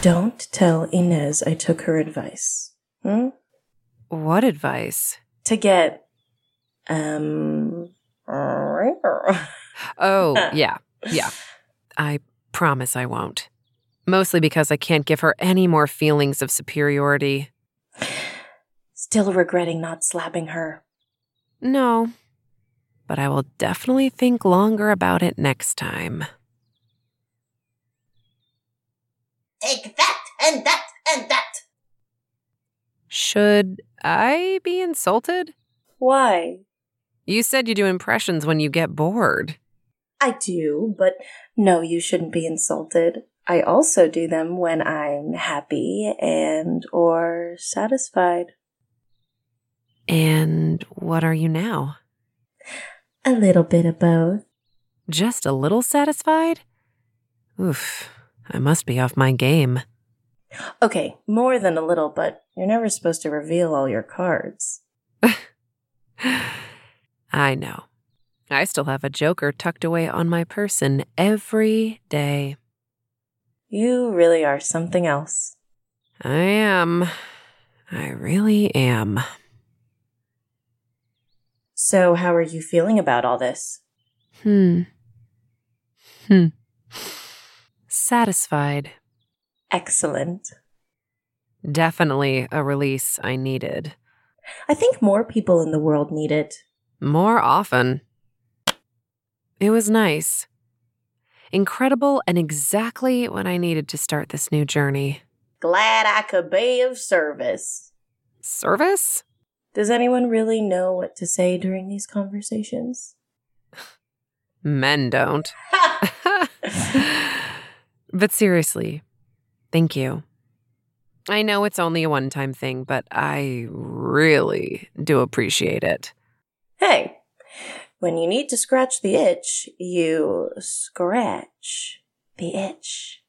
Don't tell Inez I took her advice. Hmm? What advice? To get, um, Oh, yeah. Yeah. I promise I won't. Mostly because I can't give her any more feelings of superiority. still regretting not slapping her. No. But I will definitely think longer about it next time. Take that and that and that. Should I be insulted? Why? You said you do impressions when you get bored. I do, but no, you shouldn't be insulted. I also do them when I'm happy and or satisfied. And what are you now? A little bit of both. Just a little satisfied? Oof, I must be off my game. Okay, more than a little, but you're never supposed to reveal all your cards. I know. I still have a joker tucked away on my person every day. You really are something else. I am. I really am. So, how are you feeling about all this? Hmm. Hmm. Satisfied. Excellent. Definitely a release I needed. I think more people in the world need it. More often. It was nice. Incredible and exactly what I needed to start this new journey. Glad I could be of service. Service? Does anyone really know what to say during these conversations? Men don't. but seriously, thank you. I know it's only a one time thing, but I really do appreciate it. hey, when you need to scratch the itch, you scratch the itch.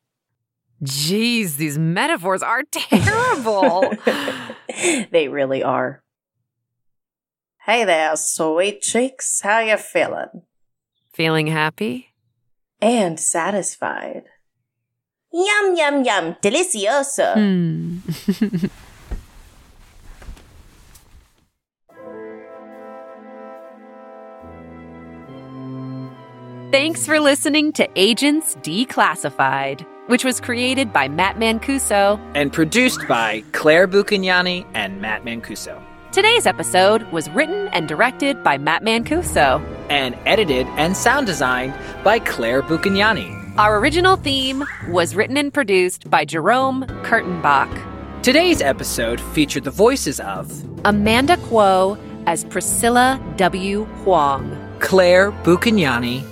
Jeez, these metaphors are terrible. they really are. Hey there, sweet cheeks. How you feeling? Feeling happy? And satisfied. Yum yum yum, delicioso. Hmm. Mm. Thanks for listening to Agents Declassified, which was created by Matt Mancuso. and produced by Claire Bucagnani and Matt Mancuso, Today's episode was written and directed by Matt Mancuso. and edited and sound designed by Claire Bucagnani. Our original theme was written and produced by Jerome Kurtenbach. Today's episode featured the voices of Amanda Kuo as Priscilla W. Huang. Claire Bucagnani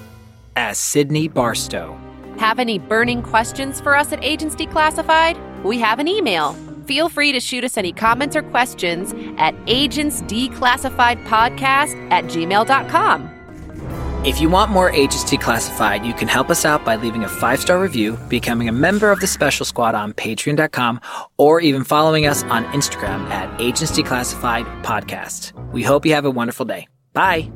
as Sydney Barstow. Have any burning questions for us at Agents Declassified? We have an email. Feel free to shoot us any comments or questions at agentsdeclassifiedpodcast at gmail.com. If you want more Agents Declassified, you can help us out by leaving a five star review, becoming a member of the Special Squad on patreon.com, or even following us on Instagram at Agents Declassified Podcast. We hope you have a wonderful day. Bye.